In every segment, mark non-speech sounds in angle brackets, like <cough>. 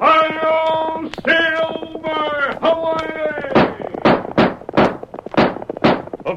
Hello, Silver! Hawaii! A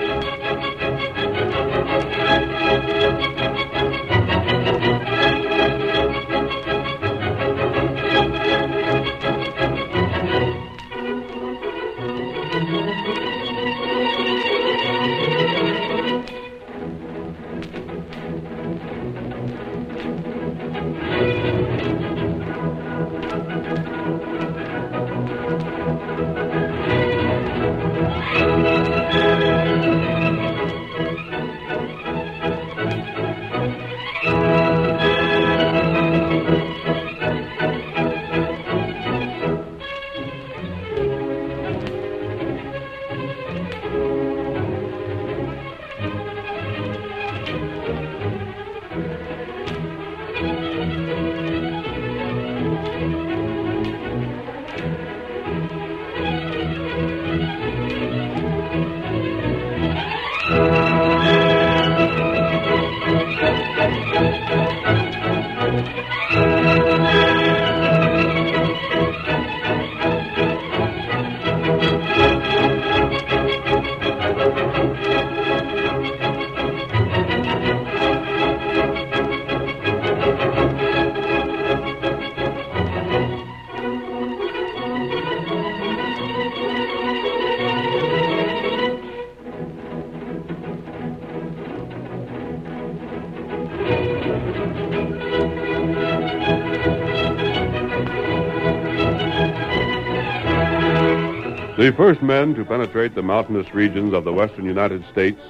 The first men to penetrate the mountainous regions of the western United States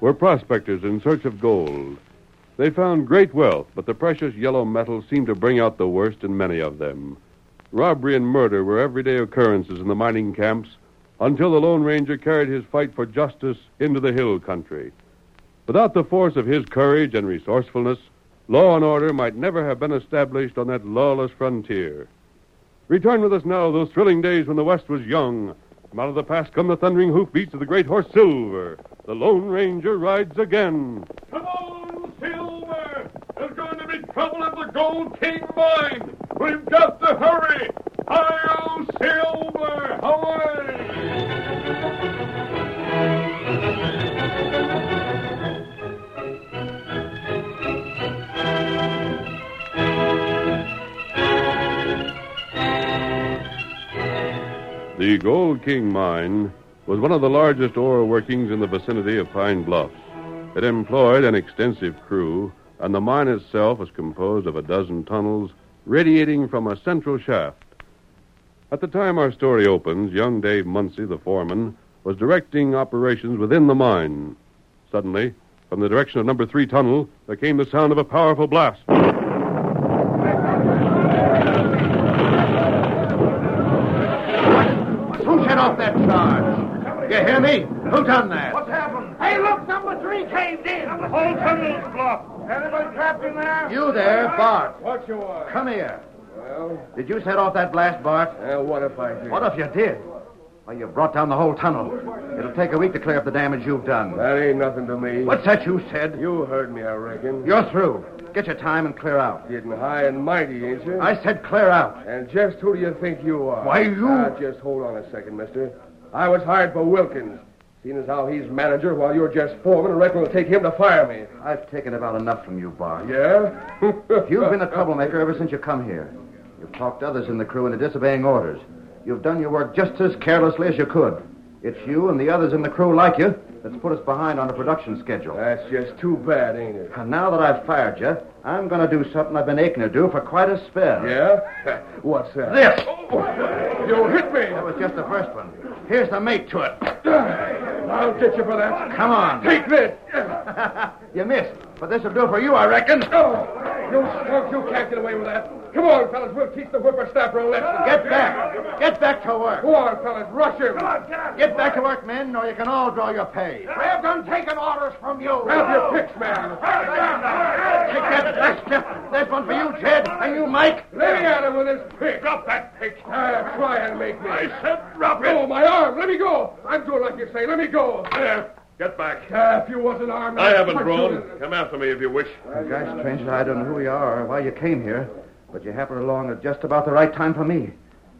were prospectors in search of gold. They found great wealth, but the precious yellow metal seemed to bring out the worst in many of them. Robbery and murder were everyday occurrences in the mining camps until the Lone Ranger carried his fight for justice into the hill country. Without the force of his courage and resourcefulness, law and order might never have been established on that lawless frontier. Return with us now to those thrilling days when the West was young. From out of the past come the thundering hoofbeats of the great horse Silver. The Lone Ranger rides again. Come on, Silver! There's going to be trouble at the Gold King mine. We've got to hurry. Hi, Silver! Away! The Gold King mine was one of the largest ore workings in the vicinity of Pine Bluffs. It employed an extensive crew, and the mine itself was composed of a dozen tunnels radiating from a central shaft. At the time our story opens, young Dave Munsey, the foreman, was directing operations within the mine. Suddenly, from the direction of number three tunnel, there came the sound of a powerful blast. Who set off that charge? You hear me? Who done that? Hey, look, number three caved in. Whole tunnel's blocked. Anybody trapped in there? You there, Bart. Watch your eyes. Come here. Well? Did you set off that blast, Bart? what if I did? What if you did? Why, you brought down the whole tunnel. It'll take a week to clear up the damage you've done. That ain't nothing to me. What's that you said? You heard me, I reckon. You're through. Get your time and clear out. getting high and mighty, ain't you? I said clear out. And just who do you think you are? Why, you- Now, just hold on a second, mister. I was hired for Wilkins. Seeing as how he's manager while you're just foreman, I reckon it'll take him to fire me. I've taken about enough from you, Bart. Yeah? <laughs> You've been a troublemaker ever since you come here. You've talked others in the crew into disobeying orders. You've done your work just as carelessly as you could. It's you and the others in the crew like you that's put us behind on the production schedule. That's just too bad, ain't it? And now that I've fired you, I'm going to do something I've been aching to do for quite a spell. Yeah? <laughs> What's that? This. You hit That me! was just the first one. Here's the mate to it. I'll get you for that. Come on. Take <laughs> this! You missed, but this will do for you, I reckon. Oh, you skunk, you can't get away with that. Come on, fellas. We'll teach the whippersnapper a lesson. Get back. Get back to work. Go on, fellas. Rush him. Come on, get out. Get back to work, men, or you can all draw your pay. Grab them taking orders from you. Grab your picks, man. Take that rascal. There's one for you, Jed, and you, Mike. Let me at him with his pick. Drop that pick. Ah, try and make me. I said drop it. Oh, my arm. Let me go. I'm doing like you say. Let me go. There. Get back. Ah, if you wasn't armed, I haven't punch you. drawn. Come after me if you wish. Guys, stranger, I don't know who you are or why you came here, but you happened along at just about the right time for me.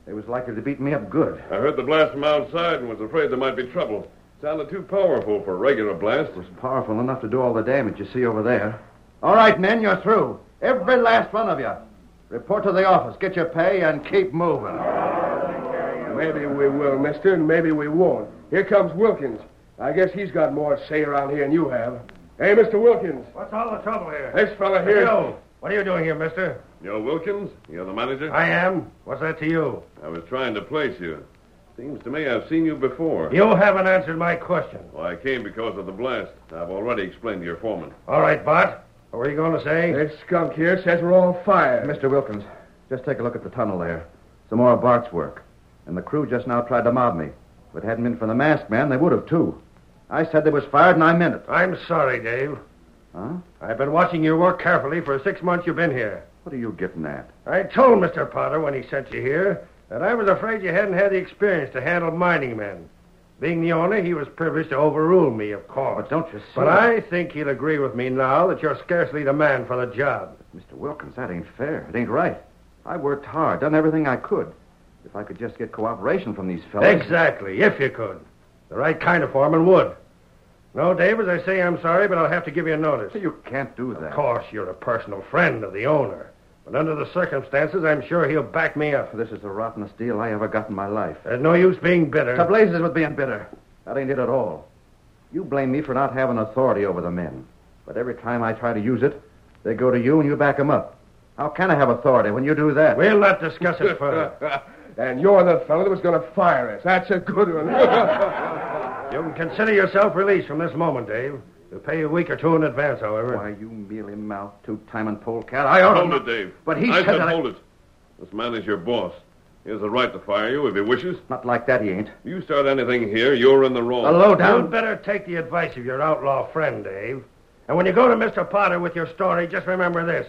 They was likely to beat me up good. I heard the blast from outside and was afraid there might be trouble. Sounded too powerful for a regular blast. Powerful enough to do all the damage you see over there. All right, men, you're through. Every last one of you. Report to the office, get your pay, and keep moving. Maybe we will, mister, and maybe we won't. Here comes Wilkins. I guess he's got more to say around here than you have. Hey, Mr. Wilkins. What's all the trouble here? This fella here. Yo, what are you doing here, mister? You're Wilkins? You're the manager? I am. What's that to you? I was trying to place you. Seems to me I've seen you before. You haven't answered my question. Well, I came because of the blast. I've already explained to your foreman. All right, Bart. What were you going to say? This skunk here says we're all fired. Mr. Wilkins, just take a look at the tunnel there. Some more of Bart's work. And the crew just now tried to mob me. If it hadn't been for the masked man, they would have, too. I said they was fired, and I meant it. I'm sorry, Dave. Huh? I've been watching your work carefully for six months you've been here. What are you getting at? I told Mr. Potter when he sent you here that I was afraid you hadn't had the experience to handle mining men. Being the owner, he was privileged to overrule me, of course. But Oh, don't you see? But I think he'll agree with me now that you're scarcely the man for the job. Mr. Wilkins, that ain't fair. It ain't right. I worked hard, done everything I could. If I could just get cooperation from these fellas. Exactly, if you could. The right kind of foreman would. No, Dave, as I say, I'm sorry, but I'll have to give you a notice. You can't do that. Of course, you're a personal friend of the owner. But under the circumstances, I'm sure he'll back me up. This is the rottenest deal I ever got in my life. There's no use being bitter. To blazes with being bitter. That ain't it at all. You blame me for not having authority over the men. But every time I try to use it, they go to you and you back 'em up. How can I have authority when you do that? We'll not discuss it further. <laughs> And you're the fellow that was going to fire us. That's a good one. <laughs> You can consider yourself released from this moment, Dave. We'll pay you a week or two in advance, however. Why, you mealy mouth, two timing polecat. I ought Hold to. it, Dave. But he I said said that I- hold it. This man is your boss. He has the right to fire you if he wishes. Not like that, he ain't. You start anything here, you're in the wrong. A low You'd down. better take the advice of your outlaw friend, Dave. And when you go to Mr. Potter with your story, just remember this.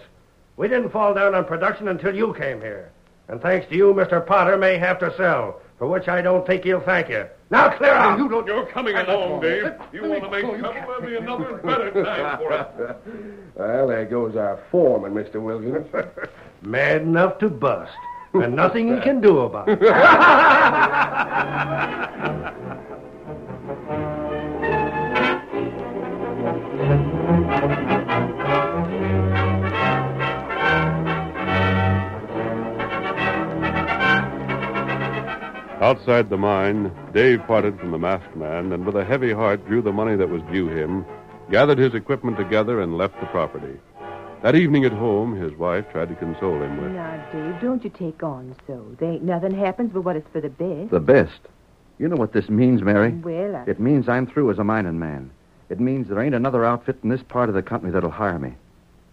We didn't fall down on production until you came here. And thanks to you, Mr. Potter may have to sell, for which I don't think he'll thank you. Now clear out! You don't... You're coming along, Dave. You want to make trouble, there'll be another better time for <laughs> it. well, there goes our foreman, Mr. Wilkins. Mad enough to bust, and nothing he can do about it. Outside the mine, Dave parted from the masked man and with a heavy heart drew the money that was due him, gathered his equipment together, and left the property. That evening at home, his wife tried to console him with. Now, Dave, don't you take on so. There ain't nothing happens but what is for the best. The best. You know what this means, Mary. Well, I... It means I'm through as a mining man. It means there ain't another outfit in this part of the company that'll hire me.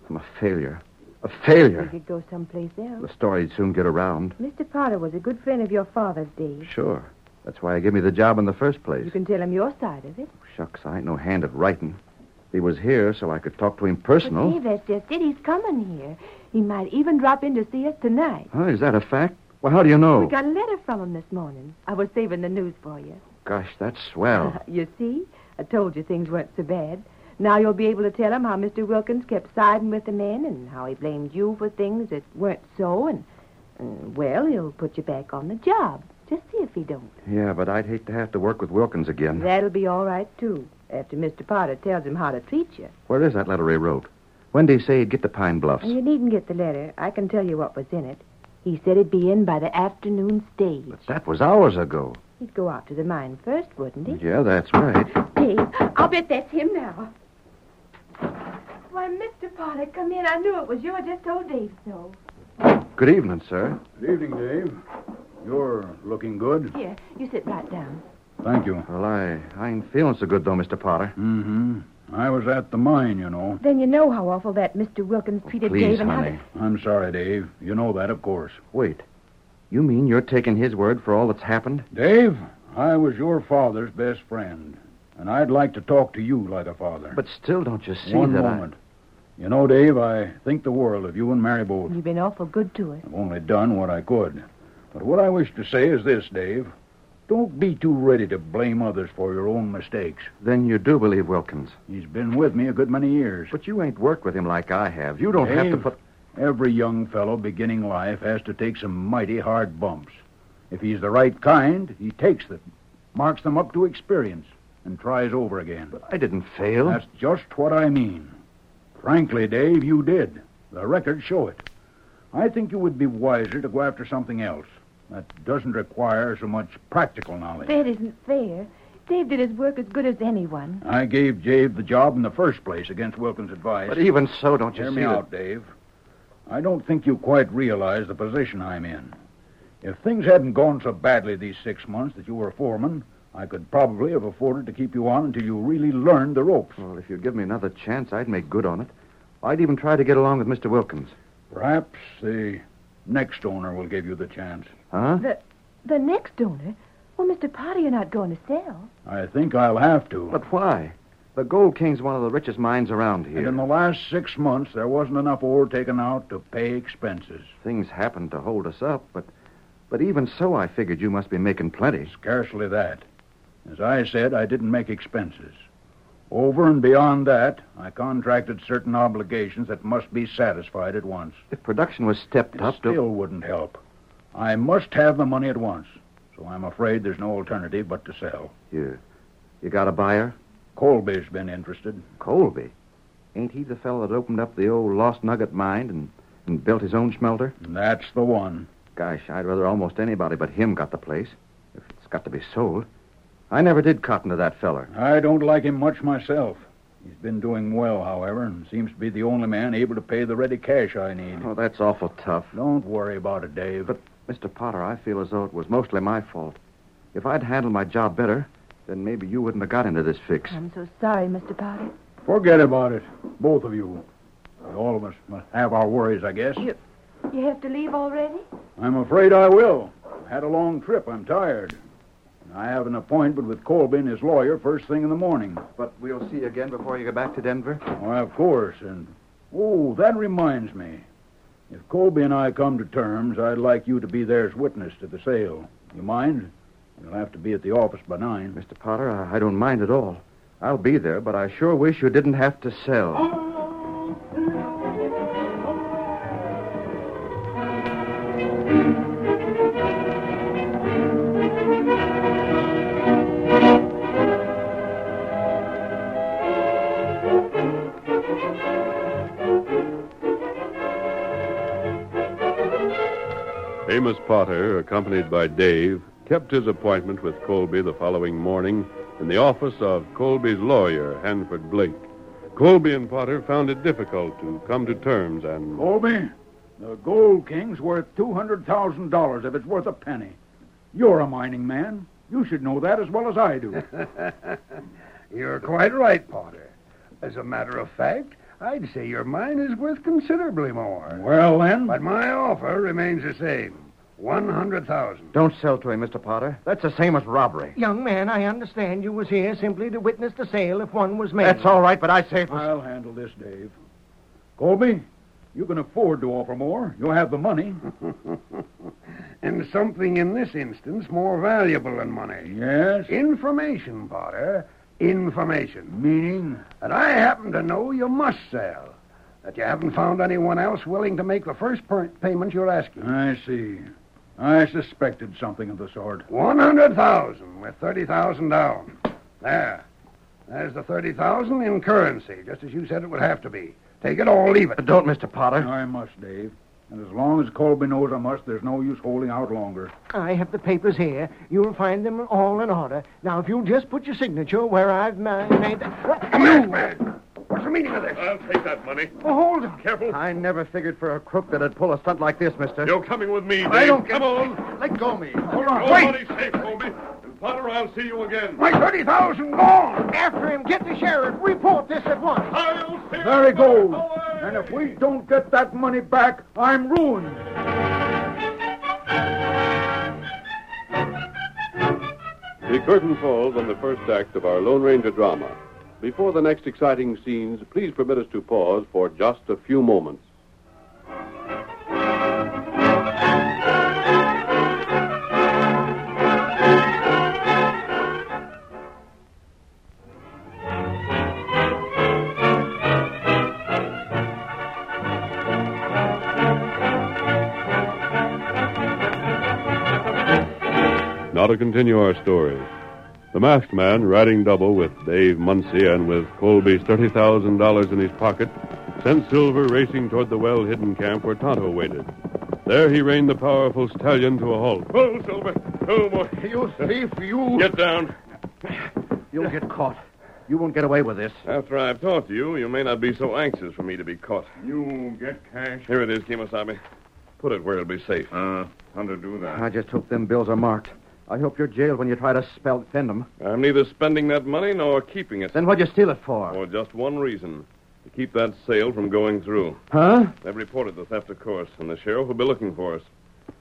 I'm a failure. A We failure. could go someplace else. The story'd soon get around. Mr. Potter was a good friend of your father's, Dave. Sure. That's why he gave me the job in the first place. You can tell him your side of it. Shucks, I ain't no hand at writing. He was here so I could talk to him But, personal. Dave, that's just it. He's coming here. He might even drop in to see us tonight. Huh, is that a fact? Well, how do you We know? got a letter from him this morning. I was saving the news for you. Gosh, that's <laughs> swell. You see, I told you things weren't so bad. Now you'll be able to tell him how Mr. Wilkins kept siding with the men and how he blamed you for things that weren't so, and, and well, he'll put you back on the job. Just see if he don't. Yeah, but I'd hate to have to work with Wilkins again. That'll be all right, too, after Mr. Potter tells him how to treat you. Where is that letter he wrote? When did he say he'd get to Pine Bluffs? You needn't get the letter. I can tell you what was in it. He said he'd be in by the afternoon stage. But that was hours ago. He'd go out to the mine first, wouldn't he? Yeah, that's right. Dave, <coughs> I'll bet that's him now. Why, Mr. Potter, come in. I knew it was you. I just told Dave so. Good evening, sir. Good evening, Dave. You're looking good. Hmm. Here, you sit right down. Thank you. Well, I, I ain't feeling so good, though, Mr. Potter. Mm-hmm. I was at the mine, you know. Then you know how awful that Mr. Wilkins treated Please, Dave and how- honey. I'm sorry, Dave. You know that, of course. Wait. You mean you're taking his word for all that's happened? Dave, I was your father's best friend, and I'd like to talk to you like a father. But still, don't you see One that moment. You know, Dave, I think the world of you and Mary both. You've been awful good to us. I've only done what I could. But what I wish to say is this, Dave. Don't be too ready to blame others for your own mistakes. I... Then you do believe Wilkins. He's been with me a good many years. But you ain't worked with him like I have. You don't have to Dave. put... Every young fellow beginning life has to take some mighty hard bumps. If he's the right kind, he takes them, marks them up to experience, and tries over again. I didn't fail. That's just what I mean. Frankly, Dave, you did. The records show it. I think you would be wiser to go after something else. That doesn't require so much practical knowledge. That isn't fair. Dave did his work as good as anyone. I gave Dave the job in the first place against Wilkins' advice. But even so, don't you Hear see me that- out, Dave. I don't think you quite realize the position I'm in. If things hadn't gone so badly these six months that you were a foreman, I could probably have afforded to keep you on until you really learned the ropes. Well, if you'd give me another chance, I'd make good on it. I'd even try to get along with Mr. Wilkins. Perhaps the next owner will give you the chance. Huh? The next owner? Well, Mr. Potter, you're not going to sell. I think I'll have to. But why? The Gold King's one of the richest mines around and here. in the last six months, there wasn't enough ore taken out to pay expenses. Things happened to hold us up, but but even so, I figured you must be making plenty. Scarcely that. As I said, I didn't make expenses. Over and beyond that, I contracted certain obligations that must be satisfied at once. If production was stepped It up to. still wouldn't help. I must have the money at once, so I'm afraid there's no alternative but to sell. You, you got a buyer? Colby's been interested. Colby. Ain't he the fellow that opened up the old Lost Nugget mine and, and built his own smelter? and That's the one. Gosh, I'd rather almost anybody but him got the place, if it's got to be sold. I never did cotton to that feller. I don't like him much myself. He's been doing well, however, and seems to be the only man able to pay the ready cash I need. Oh, that's awful tough. Don't worry about it, Dave. But- Mr. Potter, I feel as though it was mostly my fault. If I'd handled my job better, then maybe you wouldn't have got into this fix. Um, I'm so sorry, Mr. Potter. Forget about it, both of you. All of us must have our worries, I guess. You- You have to leave already? I'm afraid I will. Had a long trip. I'm tired. And I have an appointment with Colby and his lawyer first thing in the morning. But we'll see you again before you go back to Denver. Why, of course. And, oh, that reminds me. If Colby and I come to terms, I'd like you to be there as witness to the sale. You mind? You'll have to be at the office by nine. Mr. Potter, I, I don't mind at all. I'll be there, but I sure wish you didn't have to <gasps> sell. Amos Potter, accompanied by Dave, kept his appointment with Colby the following morning in the office of Colby's lawyer, Hanford Blake. Colby and Potter found it difficult to come to terms and. Colby, the Gold King's worth $200,000 if it's worth a penny. You're a mining man. You should know that as well as <laughs> I do. You're quite right, Potter. As a matter of fact, I'd say your mine is worth considerably more. well, then. But my offer remains the same. One hundred thousand. Don't sell to him, Mr. Potter. That's the same as robbery. Young man, I understand you was here simply to witness the sale if one was made. That's all right, but I say for... I'll handle this, Dave. Colby, you can afford to offer more. You have the money. And something in this instance more valuable than money. Yes. Information, Potter. Information. Meaning? That I happen to know you must sell. That you haven't found anyone else willing to make the first per- payment you're asking. I see. I suspected something of the sort. One hundred thousand with thirty thousand down. There. There's the thirty thousand in currency, just as you said it would have to be. Take it or leave it. Don't, Mr. Potter. I must, Dave. And as long as Colby knows I must, there's no use holding out longer. I have the papers here. You'll find them all in order. Now, if you'll just put your signature where I've ma- made. Come here, man. What's the meaning of this? I'll take that money. Oh, hold on. Careful. I never figured for a crook that'd pull a stunt like this, mister. You're coming with me, Dave. I don't get- Come on. Let go of me. Nobody's safe, Colby. And Potter, I'll see you again. My 30,000 gone! After him. Get the sheriff. Report this at once. I'll see There he goes. And if we don't get that money back, I'm ruined. The curtain falls on the first act of our Lone Ranger drama. Before the next exciting scenes, please permit us to pause for just a few moments. Now to continue our story. The masked man, riding double with Dave Muncie and with Colby's $30,000 in his pocket, sent Silver racing toward the well hidden camp where Tonto waited. There he reined the powerful stallion to a halt. Pull, Silver. No more. You thief, you. Get down. You'll get caught. You won't get away with this. After I've talked to you, you may not be so anxious for me to be caught. You get cash. Here it is, Kemosabe. Put it where it'll be safe. Uh, how to do that? I just hope them bills are marked. I hope you're jailed when you try to spell fend 'em. I'm neither spending that money nor keeping it. Then what'd you steal it for? For just one reason. To keep that sale from going through. Huh? They've reported the theft, of course, and the sheriff will be looking for us.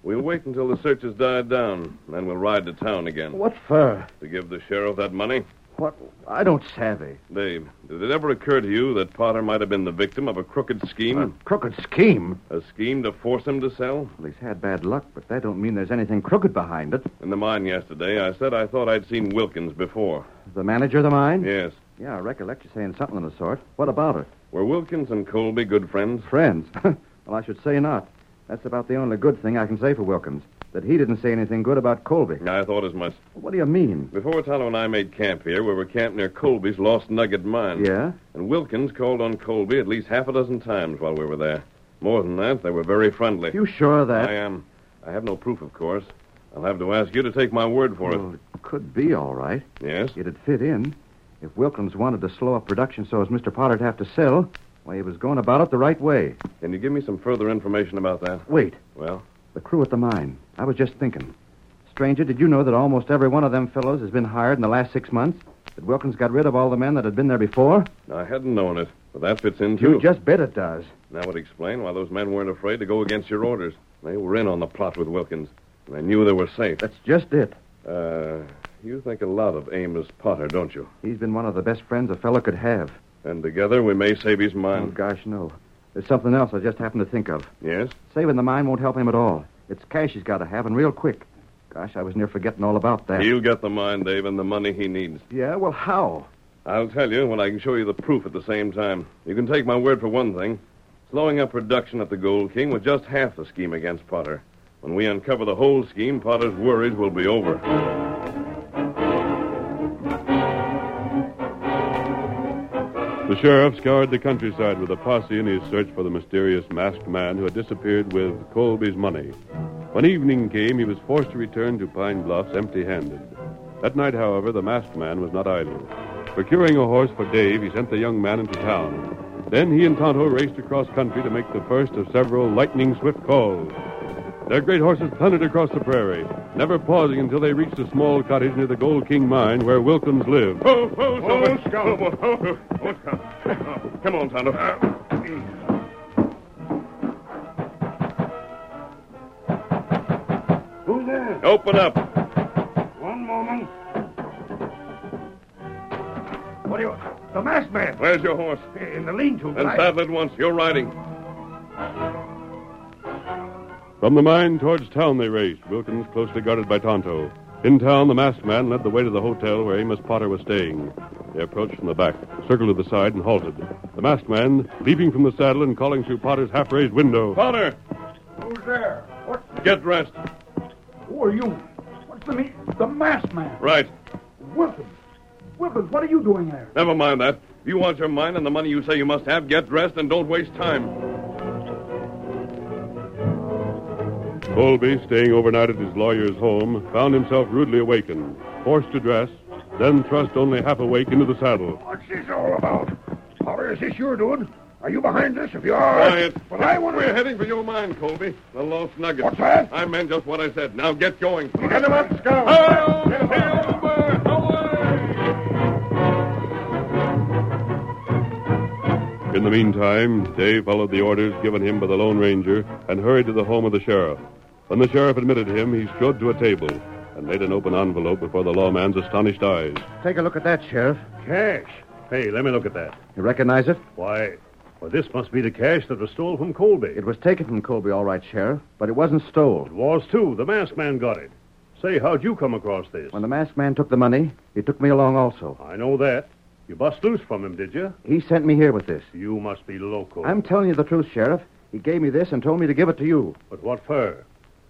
We'll wait until the search has died down, and then we'll ride to town again. What for? To give the sheriff that money? What? I don't savvy. Dave, did it ever occur to you that Potter might have been the victim of a crooked scheme? Crooked scheme. A scheme to force him to sell? Well, he's had bad luck, but that don't mean there's anything crooked behind it. In the mine yesterday, I said I thought I'd seen Wilkins before. The manager of the mine? Yes. Yeah, I recollect you saying something of the sort. What about her? Were Wilkins and Colby good friends? Friends? <laughs> well, I should say not. That's about the only good thing I can say for Wilkins. That he didn't say anything good about Colby. I thought as much. What do you mean? Before Tonto and I made camp here, we were camped near Colby's Lost Nugget Mine. Yeah? And Wilkins called on Colby at least half a dozen times while we were there. More than that, they were very friendly. You sure of that? I am. I have no proof, of course. I'll have to ask you to take my word for Well, it could be all right. it. Yes? It'd fit in. If Wilkins wanted to slow up production so as Mr. Potter'd have to sell, well, he was going about it the right way. Can you give me some further information about that? Wait, Well, the crew at the mine. I was just thinking. Stranger, did you know that almost every one of them fellows has been hired in the last six months? That Wilkins got rid of all the men that had been there before? I hadn't known it, but that fits in, too. You just bet it does. That would explain why those men weren't afraid to go against your orders. They were in on the plot with Wilkins. and They knew they were safe. That's just it. Uh, you think a lot of Amos Potter, don't you? He's been one of the best friends a fellow could have. And together we may save his Oh, mind. gosh, no. There's something else I just happened to think of. Yes? Saving the mine won't help him at all. It's cash he's got to have, and real quick. Gosh, I was near forgetting all about that. He'll get the mine, Dave, and the money he needs. Yeah, well, how? I'll tell you when I can show you the proof at the same time. You can take my word for one thing. Slowing up production at the Gold King was just half the scheme against Potter. When we uncover the whole scheme, Potter's worries will be over. The sheriff scoured the countryside with a posse in his search for the mysterious masked man who had disappeared with Colby's money. When evening came, he was forced to return to Pine Bluffs empty handed. That night, however, the masked man was not idle. Procuring a horse for Dave, he sent the young man into town. Then he and Tonto raced across country to make the first of several lightning swift calls. Their great horses thundered across the prairie, never pausing until they reached a small cottage near the Gold King mine where Wilkins lived. Oh, oh, Oh, Silver. Scout. oh, oh, Scout. Come on, Tonto. Who's there? Open up. One moment. What do you. The masked man! Where's your horse? In the lean to. And saddle it once. You're riding. From the mine towards town they raced, Wilkins closely guarded by Tonto. In town, the masked man led the way to the hotel where Amos Potter was staying. They approached from the back, circled to the side, and halted. The masked man, leaping from the saddle and calling through Potter's half raised window. Potter! Who's there? What? Get dressed. Who are you? What's the mean? The masked man. Right. Wilkins. Wilkins, what are you doing there? Never mind that. If you want your mine and the money you say you must have, get dressed and don't waste time. Colby, staying overnight at his lawyer's home, found himself rudely awakened, forced to dress, then thrust only half awake into the saddle. What's this all about? Or is this your doing? Are you behind this? If you are. Quiet. Well, I want We're to. heading for your mine, Colby. The lost nugget. What's that? I meant just what I said. Now get going. Get him up, Scout. Oh, In the meantime, Dave followed the orders given him by the Lone Ranger and hurried to the home of the sheriff. When the sheriff admitted him, he strode to a table and laid an open envelope before the lawman's astonished eyes. Take a look at that, Sheriff. Cash. Hey, let me look at that. You recognize it? Why, well, this must be the cash that was stolen from Colby. It was taken from Colby, all right, Sheriff, but it wasn't stole. It was, too. The masked man got it. Say, how'd you come across this? When the masked man took the money, he took me along also. I know that. You bust loose from him, did you? He sent me here with this. You must be loco. I'm telling you the truth, Sheriff. He gave me this and told me to give it to you. But what for?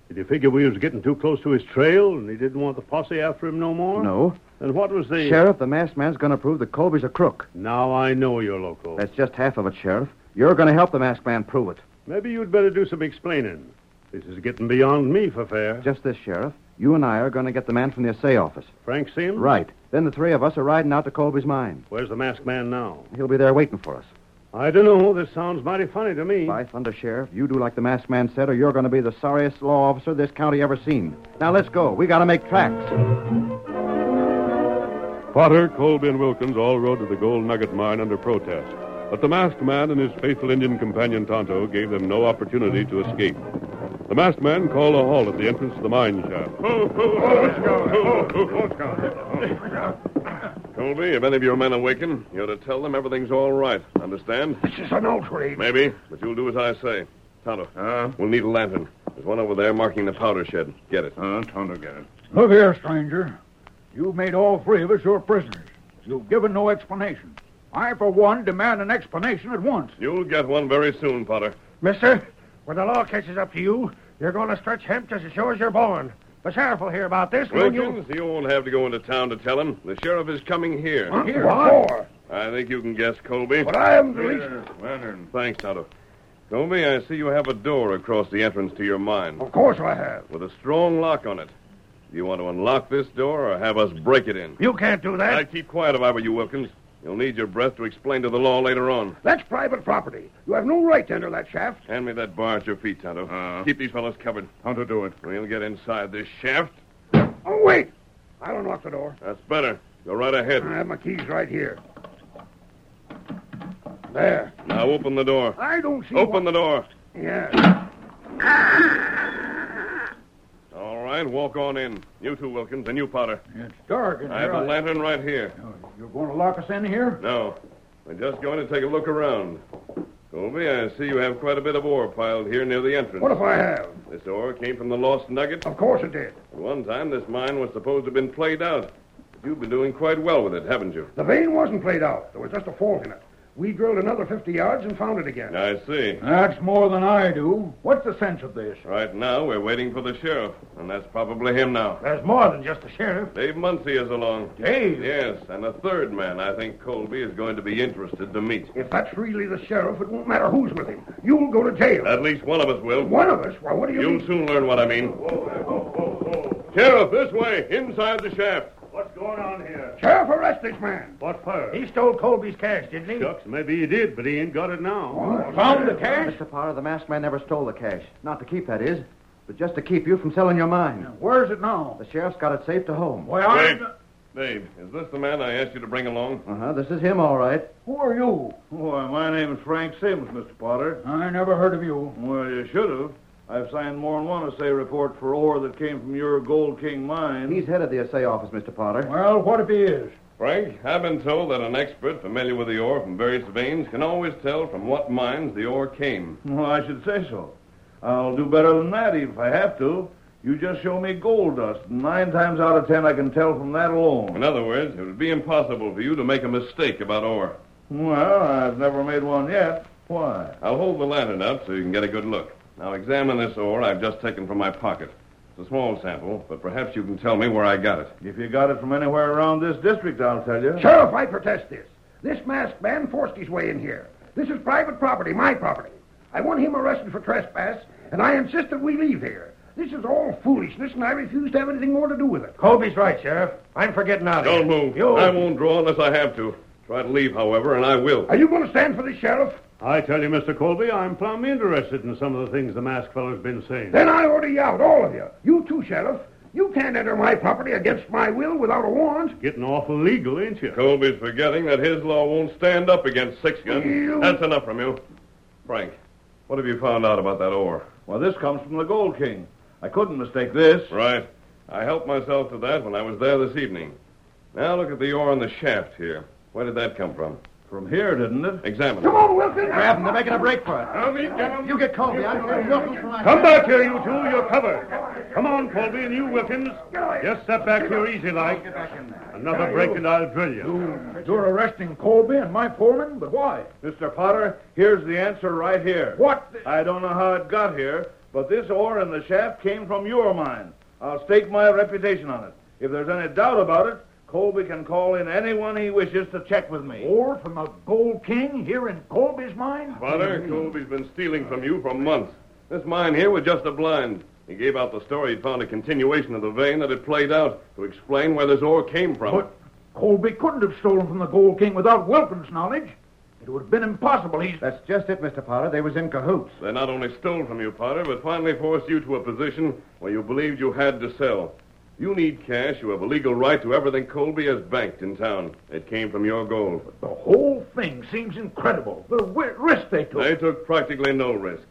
Did he figure we was getting too close to his trail and he didn't want the posse after him no more? No. Then what was the... Sheriff, the masked man's going to prove that Colby's a crook. Now I know you're loco. That's just half of it, Sheriff. You're going to help the masked man prove it. Maybe you'd better do some explaining. This is getting beyond me for fair. Just this, Sheriff. You and I are going to get the man from the assay office. Frank Sims? Right. Then the three of us are riding out to Colby's mine. Where's the masked man now? He'll be there waiting for us. I don't know. This sounds mighty funny to me. By thunder, Sheriff, you do like the masked man said, or you're going to be the sorriest law officer this county ever seen. Now let's go. We got to make tracks. Potter, Colby, and Wilkins all rode to the gold nugget mine under protest. But the masked man and his faithful Indian companion Tonto gave them no opportunity to escape. The masked man called a halt at the entrance to the mine shaft. Colby, if any of your men awaken, you're to tell them everything's all right. Understand? This is an outrage. Maybe, but you'll do as I say. Tonto, we'll need a lantern. There's one over there marking the powder shed. Get it. Uh, Tonto, get it. Look here, stranger. You've made all three of us your prisoners. You've given no explanation. I, for one, demand an explanation at once. You'll get one very soon, Potter. Mister, when the law catches up to you, you're going to stretch hemp just as sure as you're born. The sheriff will hear about this when you... Wilkins, you won't have to go into town to tell him. The sheriff is coming here. Here, what? I think you can guess, Colby. But I am the least. Lantern. Thanks, Tonto. Colby, I see you have a door across the entrance to your mine Of course I have. with a strong lock on it. Do you want to unlock this door or have us break it in? You can't do that. I'd keep quiet if I were you, Wilkins. You'll need your breath to explain to the law later on. That's private property. You have no right to enter that shaft. Hand me that bar at your feet, Tonto. Uh-huh. Uh. Keep these fellows covered. Tonto, do it. We'll get inside this shaft. Oh, wait. I'll unlock the door. That's better. Go right ahead. I have my keys right here. There. Now open the door. I don't see. Open the door. the. Yeah. All right, walk on in. You two, Wilkins, and you, Potter. It's dark in I here. have a lantern right here. You're going to lock us in here? No, we're just going to take a look around. Colby, I see you have quite a bit of ore piled here near the entrance. What if I have? This ore came from the lost nugget. Of course it did. At one time, this mine was supposed to have been played out. But you've been doing quite well with it, haven't you? The vein wasn't played out. There was just a fault in it. We drilled another 50 yards and found it again. I see. That's more than I do. What's the sense of this? Right now, we're waiting for the sheriff, and that's probably him now. There's more than just the sheriff. Dave Muncie is along. Dave? Yes, and a third man I think Colby is going to be interested to meet. If that's really the sheriff, it won't matter who's with him. You'll go to jail. At least one of us will. One of us? Why, what do you You'll mean? soon learn what I mean. Sheriff, this way, inside the shaft. What's going on here? Sheriff, arrest this man. What for? He stole Colby's cash, didn't he? Shucks, maybe he did, but he ain't got it now. Found the cash? Mr. Potter, the masked man never stole the cash. Not to keep, that is, but just to keep you from selling your mine. Where's it now? The sheriff's got it safe to home. Why, I... Wait. Dave, is this the man I asked you to bring along? Uh huh. This is him, all right. Who are you? Why, my name's Frank Sims, Mr. Potter. I never heard of you. Well, you should have. I've signed more than one assay report for ore that came from your Gold King mine. He's head of the assay office, Mr. Potter. Well, what if he is? Frank, I've been told that an expert familiar with the ore from various veins can always tell from what mines the ore came. Well, I should say so. I'll do better than that even if I have to. You just show me gold dust. and Nine times out of ten, I can tell from that alone. In other words, it would be impossible for you to make a mistake about ore. Well, I've never made one yet. Why? I'll hold the lantern up so you can get a good look. Now examine this ore I've just taken from my pocket. It's a small sample, but perhaps you can tell me where I got it. If you got it from anywhere around this district, I'll tell you. Sheriff, I protest this. This masked man forced his way in here. This is private property, my property. I want him arrested for trespass, and I insist that we leave here. This is all foolishness, and I refuse to have anything more to do with it. Colby's right, sheriff. I'm for getting out of Don't here. move. You... I won't draw unless I have to. Try to leave, however, and I will. Are you going to stand for this, Sheriff? I tell you, Mr. Colby, I'm plumb interested in some of the things the masked fellow's been saying. Then I order you out, all of you. You too, Sheriff. You can't enter my property against my will without a warrant. Getting awful legal, ain't you? Colby's forgetting that his law won't stand up against six guns. That's enough from you. Frank, what have you found out about that ore? Well, this comes from the Gold King. I couldn't mistake this. Right. I helped myself to that when I was there this evening. Now look at the ore in the shaft here. Where did that come from? From here, didn't it? Examine Come it. on, Wilson. Grab them. They're making a break for it. I'll meet down. You get Colby. I'll get Wilkins from my... Come back here, you two. You're covered. Come on, Colby, and you, Wilkins. Just step back here easy like. Another break and I'll drill you. You're arresting Colby and my foreman, but why? Mr. Potter, here's the answer right here. What? I don't know how it got here, but this ore in the shaft came from your mine. I'll stake my reputation on it. If there's any doubt about it, Colby can call in anyone he wishes to check with me. Or from a gold king here in Colby's mine? Potter, Colby's been stealing from you for months. This mine here was just a blind. He gave out the story he'd found a continuation of the vein that had played out to explain where this ore came from. But- Colby couldn't have stolen from the Gold King without Wilkins' knowledge. It would have been impossible. He's. That's just it, Mr. Potter. They was in cahoots. They not only stole from you, Potter, but finally forced you to a position where you believed you had to sell. You need cash. You have a legal right to everything Colby has banked in town. It came from your gold. The whole thing seems incredible. The wi- risk they took. They took practically no risk.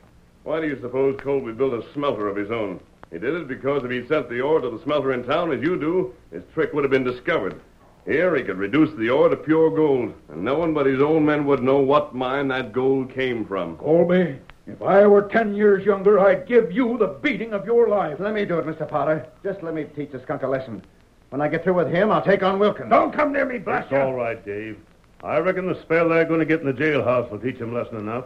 Why do you suppose Colby built a smelter of his own? He did it because if he sent the ore to the smelter in town as you do, his trick would have been discovered. Here he could reduce the ore to pure gold, and no one but his own men would know what mine that gold came from. Colby, if I were ten years younger, I'd give you the beating of your life. Let me do it, Mr. Potter. Just let me teach the skunk a lesson. When I get through with him, I'll take on Wilkins. Don't come near me, blast It's all right, Dave. I reckon the spell they're going to get in the jailhouse will teach them lesson enough.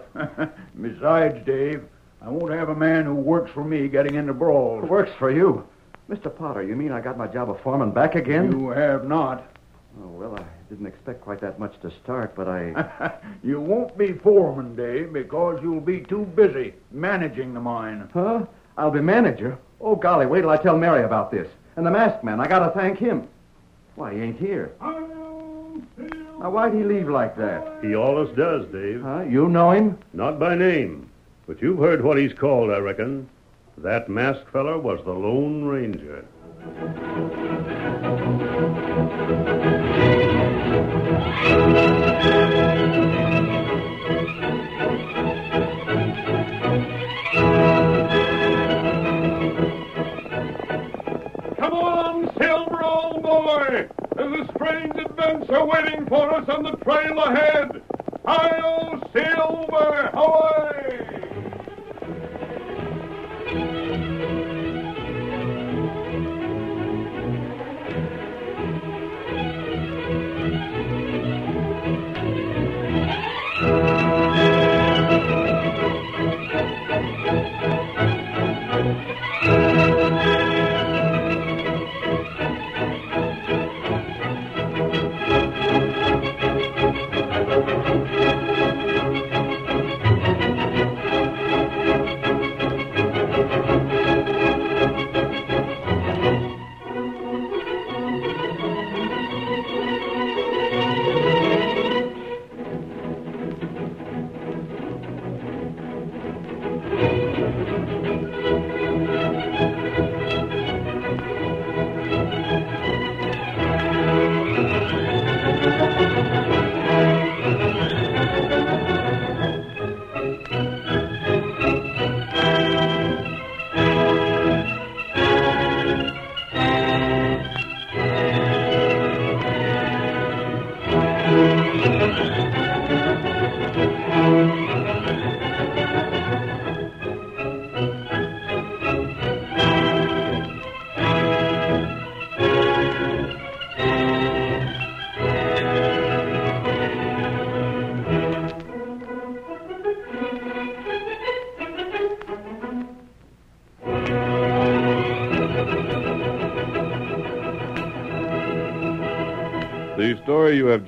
Besides, Dave, I won't have a man who works for me getting into brawls. It works for you. Mr. Potter, you mean I got my job of foreman back again? You have not. Oh, well, I didn't expect quite that much to start, but I. <laughs> You won't be foreman, Dave, because you'll be too busy managing the mine. huh? I'll be manager. Oh, golly, wait till I tell Mary about this. And the masked man, I gotta thank him. Why, he ain't here. Now, why'd he leave like that? He always does, Dave. Huh? You know him? Not by name, but you've heard what he's called, I reckon. That masked feller was the Lone Ranger. Come on, Silver, old boy! There's a strange adventure waiting for us on the trail ahead! Hi-yo, Silver! Away! The story you have